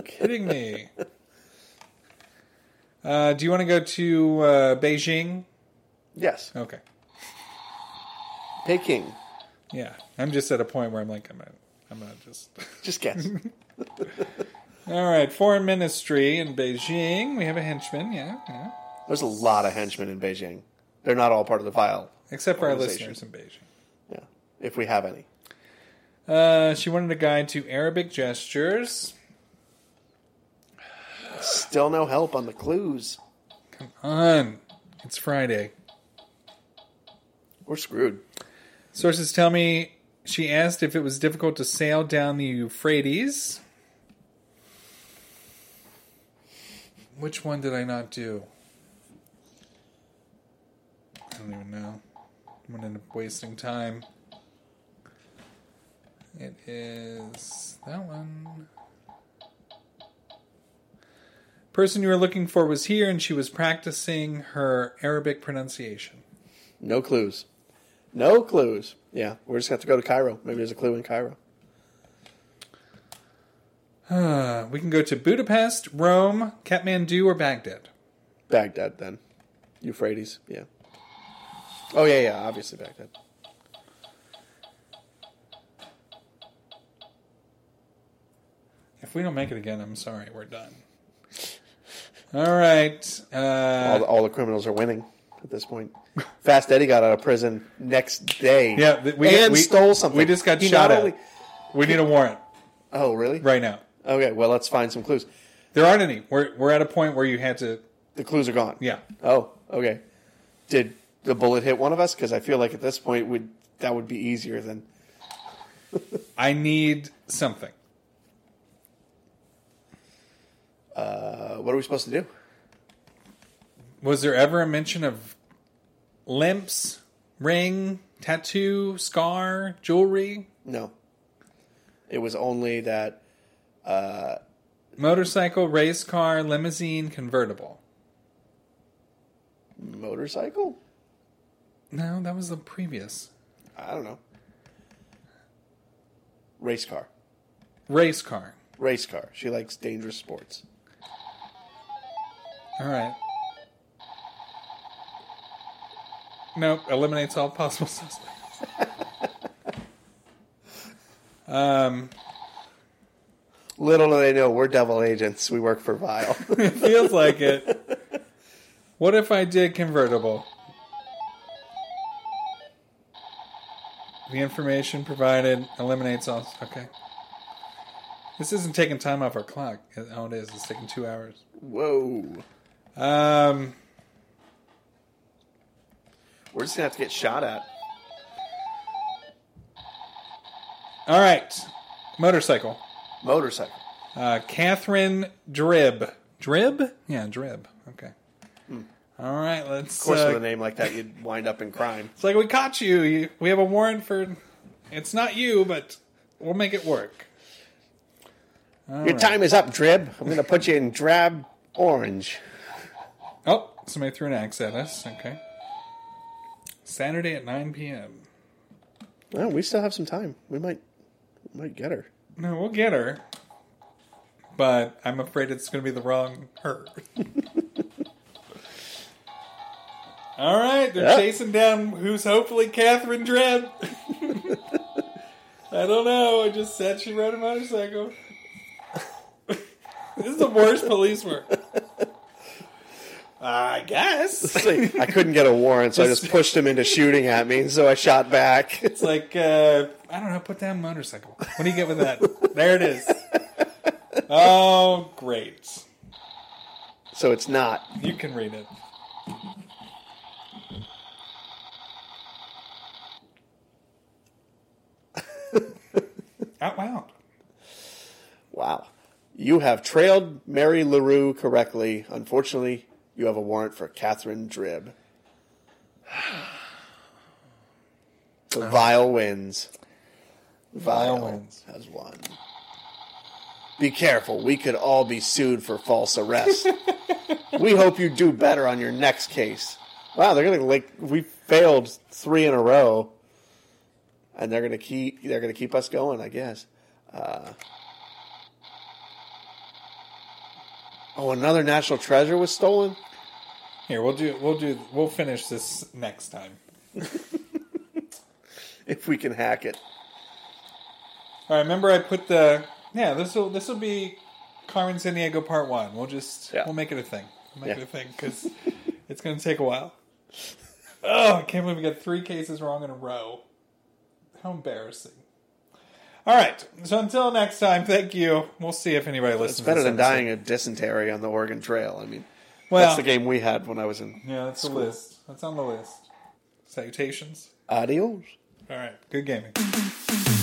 S1: Kidding me. Uh, do you want to go to uh, Beijing?
S2: Yes.
S1: Okay.
S2: Peking.
S1: Yeah. I'm just at a point where I'm like, I'm not, I'm not just.
S2: Just guess.
S1: All right. Foreign Ministry in Beijing. We have a henchman. Yeah. Yeah.
S2: There's a lot of henchmen in Beijing. They're not all part of the file.
S1: Except for our
S2: Organization.
S1: listeners in Beijing.
S2: Yeah. If we have any.
S1: Uh, she wanted a guide to Arabic gestures.
S2: Still no help on the clues.
S1: on. It's Friday.
S2: We're screwed.
S1: Sources tell me she asked if it was difficult to sail down the Euphrates. Which one did I not do? I don't even know. I'm gonna end up wasting time. It is that one. Person you were looking for was here, and she was practicing her Arabic pronunciation.
S2: No clues. No clues. Yeah. We're just going to have to go to Cairo. Maybe there's a clue in Cairo.
S1: Uh, we can go to Budapest, Rome, Kathmandu, or Baghdad.
S2: Baghdad then. Euphrates. Yeah. Oh, yeah, yeah. Obviously Baghdad.
S1: If we don't make it again, I'm sorry, we're done. All right.
S2: all,
S1: Uh,
S2: the, all the criminals are winning at this point. Fast Eddie got out of prison next day.
S1: yeah, th- we,
S2: and
S1: we
S2: stole something.
S1: We just got
S2: He
S1: shot
S2: not
S1: at.
S2: only-
S1: we need a warrant
S2: Oh, really?
S1: right now.
S2: Okay. Well, let's find some clues.
S1: There aren't any. We're we're at a point where you had to.
S2: The clues are gone.
S1: Yeah.
S2: Oh, okay. Did the bullet hit one of us? Because I feel like at this point would that would be easier than
S1: I need something.
S2: uh, what are we supposed to do?
S1: Was there ever a mention of limps, ring, tattoo, scar, jewelry,
S2: No. It was only that
S1: motorcycle, race car, limousine, convertible?
S2: motorcycle.
S1: No, that was the previous
S2: I don't know. Race car.
S1: race car.
S2: Race car. She likes dangerous sports.
S1: All right. Nope, eliminates all possible suspects. um,
S2: Little do they know we're devil agents. We work for Vile.
S1: feels like it. What if I did convertible? The information provided eliminates all. Okay. This isn't taking time off our clock. Oh, it is. It's taking two hours.
S2: Whoa.
S1: Um.
S2: We're just gonna have to get shot at.
S1: All right. Motorcycle.
S2: Motorcycle.
S1: Uh, Catherine Drib. Drib? Yeah, Drib. Okay. All right, let's.
S2: Hmm. Of course,
S1: uh,
S2: with a name like that, you'd wind up in crime.
S1: It's like we caught you. you. We have a warrant for. It's not you, but we'll make it work.
S2: Your time is up, Drib. I'm gonna put you in drab orange.
S1: Oh, somebody threw an axe at us. Okay. Saturday at 9 p.m.
S2: Well, we still have some time. We might, we might get her.
S1: No, we'll get her. But I'm afraid it's going to be the wrong her. All right, they're
S2: Yep.
S1: chasing down who's hopefully Catherine Dredd. I don't know. I just said she rode a motorcycle. this is the worst police work. I guess.
S2: See, I couldn't get a warrant, so I just pushed him into shooting at me, so I shot back.
S1: It's like uh, I don't know. Put down motorcycle. What do you get with that? there it is. Oh, great.
S2: So it's not.
S1: You can read it. Out loud.
S2: Wow. You have trailed Mary LaRue correctly. Unfortunately, you have a warrant for Catherine Dribb. The Vile wins.
S1: Vile wins.
S2: has won. Be careful. We could all be sued for false arrest. we hope you do better on your next case. Wow, they're gonna like we failed three in a row, and they're gonna keep they're gonna keep us going, I guess. Uh, oh, another national treasure was stolen.
S1: Here, we'll do we'll do we'll finish this next time.
S2: If we can hack it,
S1: All right, remember I put the yeah, this will this will be Carmen San Diego part 1. We'll just
S2: Yeah.
S1: we'll make it a thing. We'll make
S2: Yeah.
S1: it a thing cuz it's going to take a while. Oh, I can't believe we got 3 cases wrong in a row. How embarrassing. All right. So until next time, thank you. We'll see if anybody listens.
S2: it's better
S1: to this
S2: than
S1: episode.
S2: dying of dysentery on the Oregon Trail. I mean,
S1: Well-
S2: that's the game we had when I was in.
S1: Yeah, that's the list. That's on the list. Salutations.
S2: Adios.
S1: All right. Good gaming.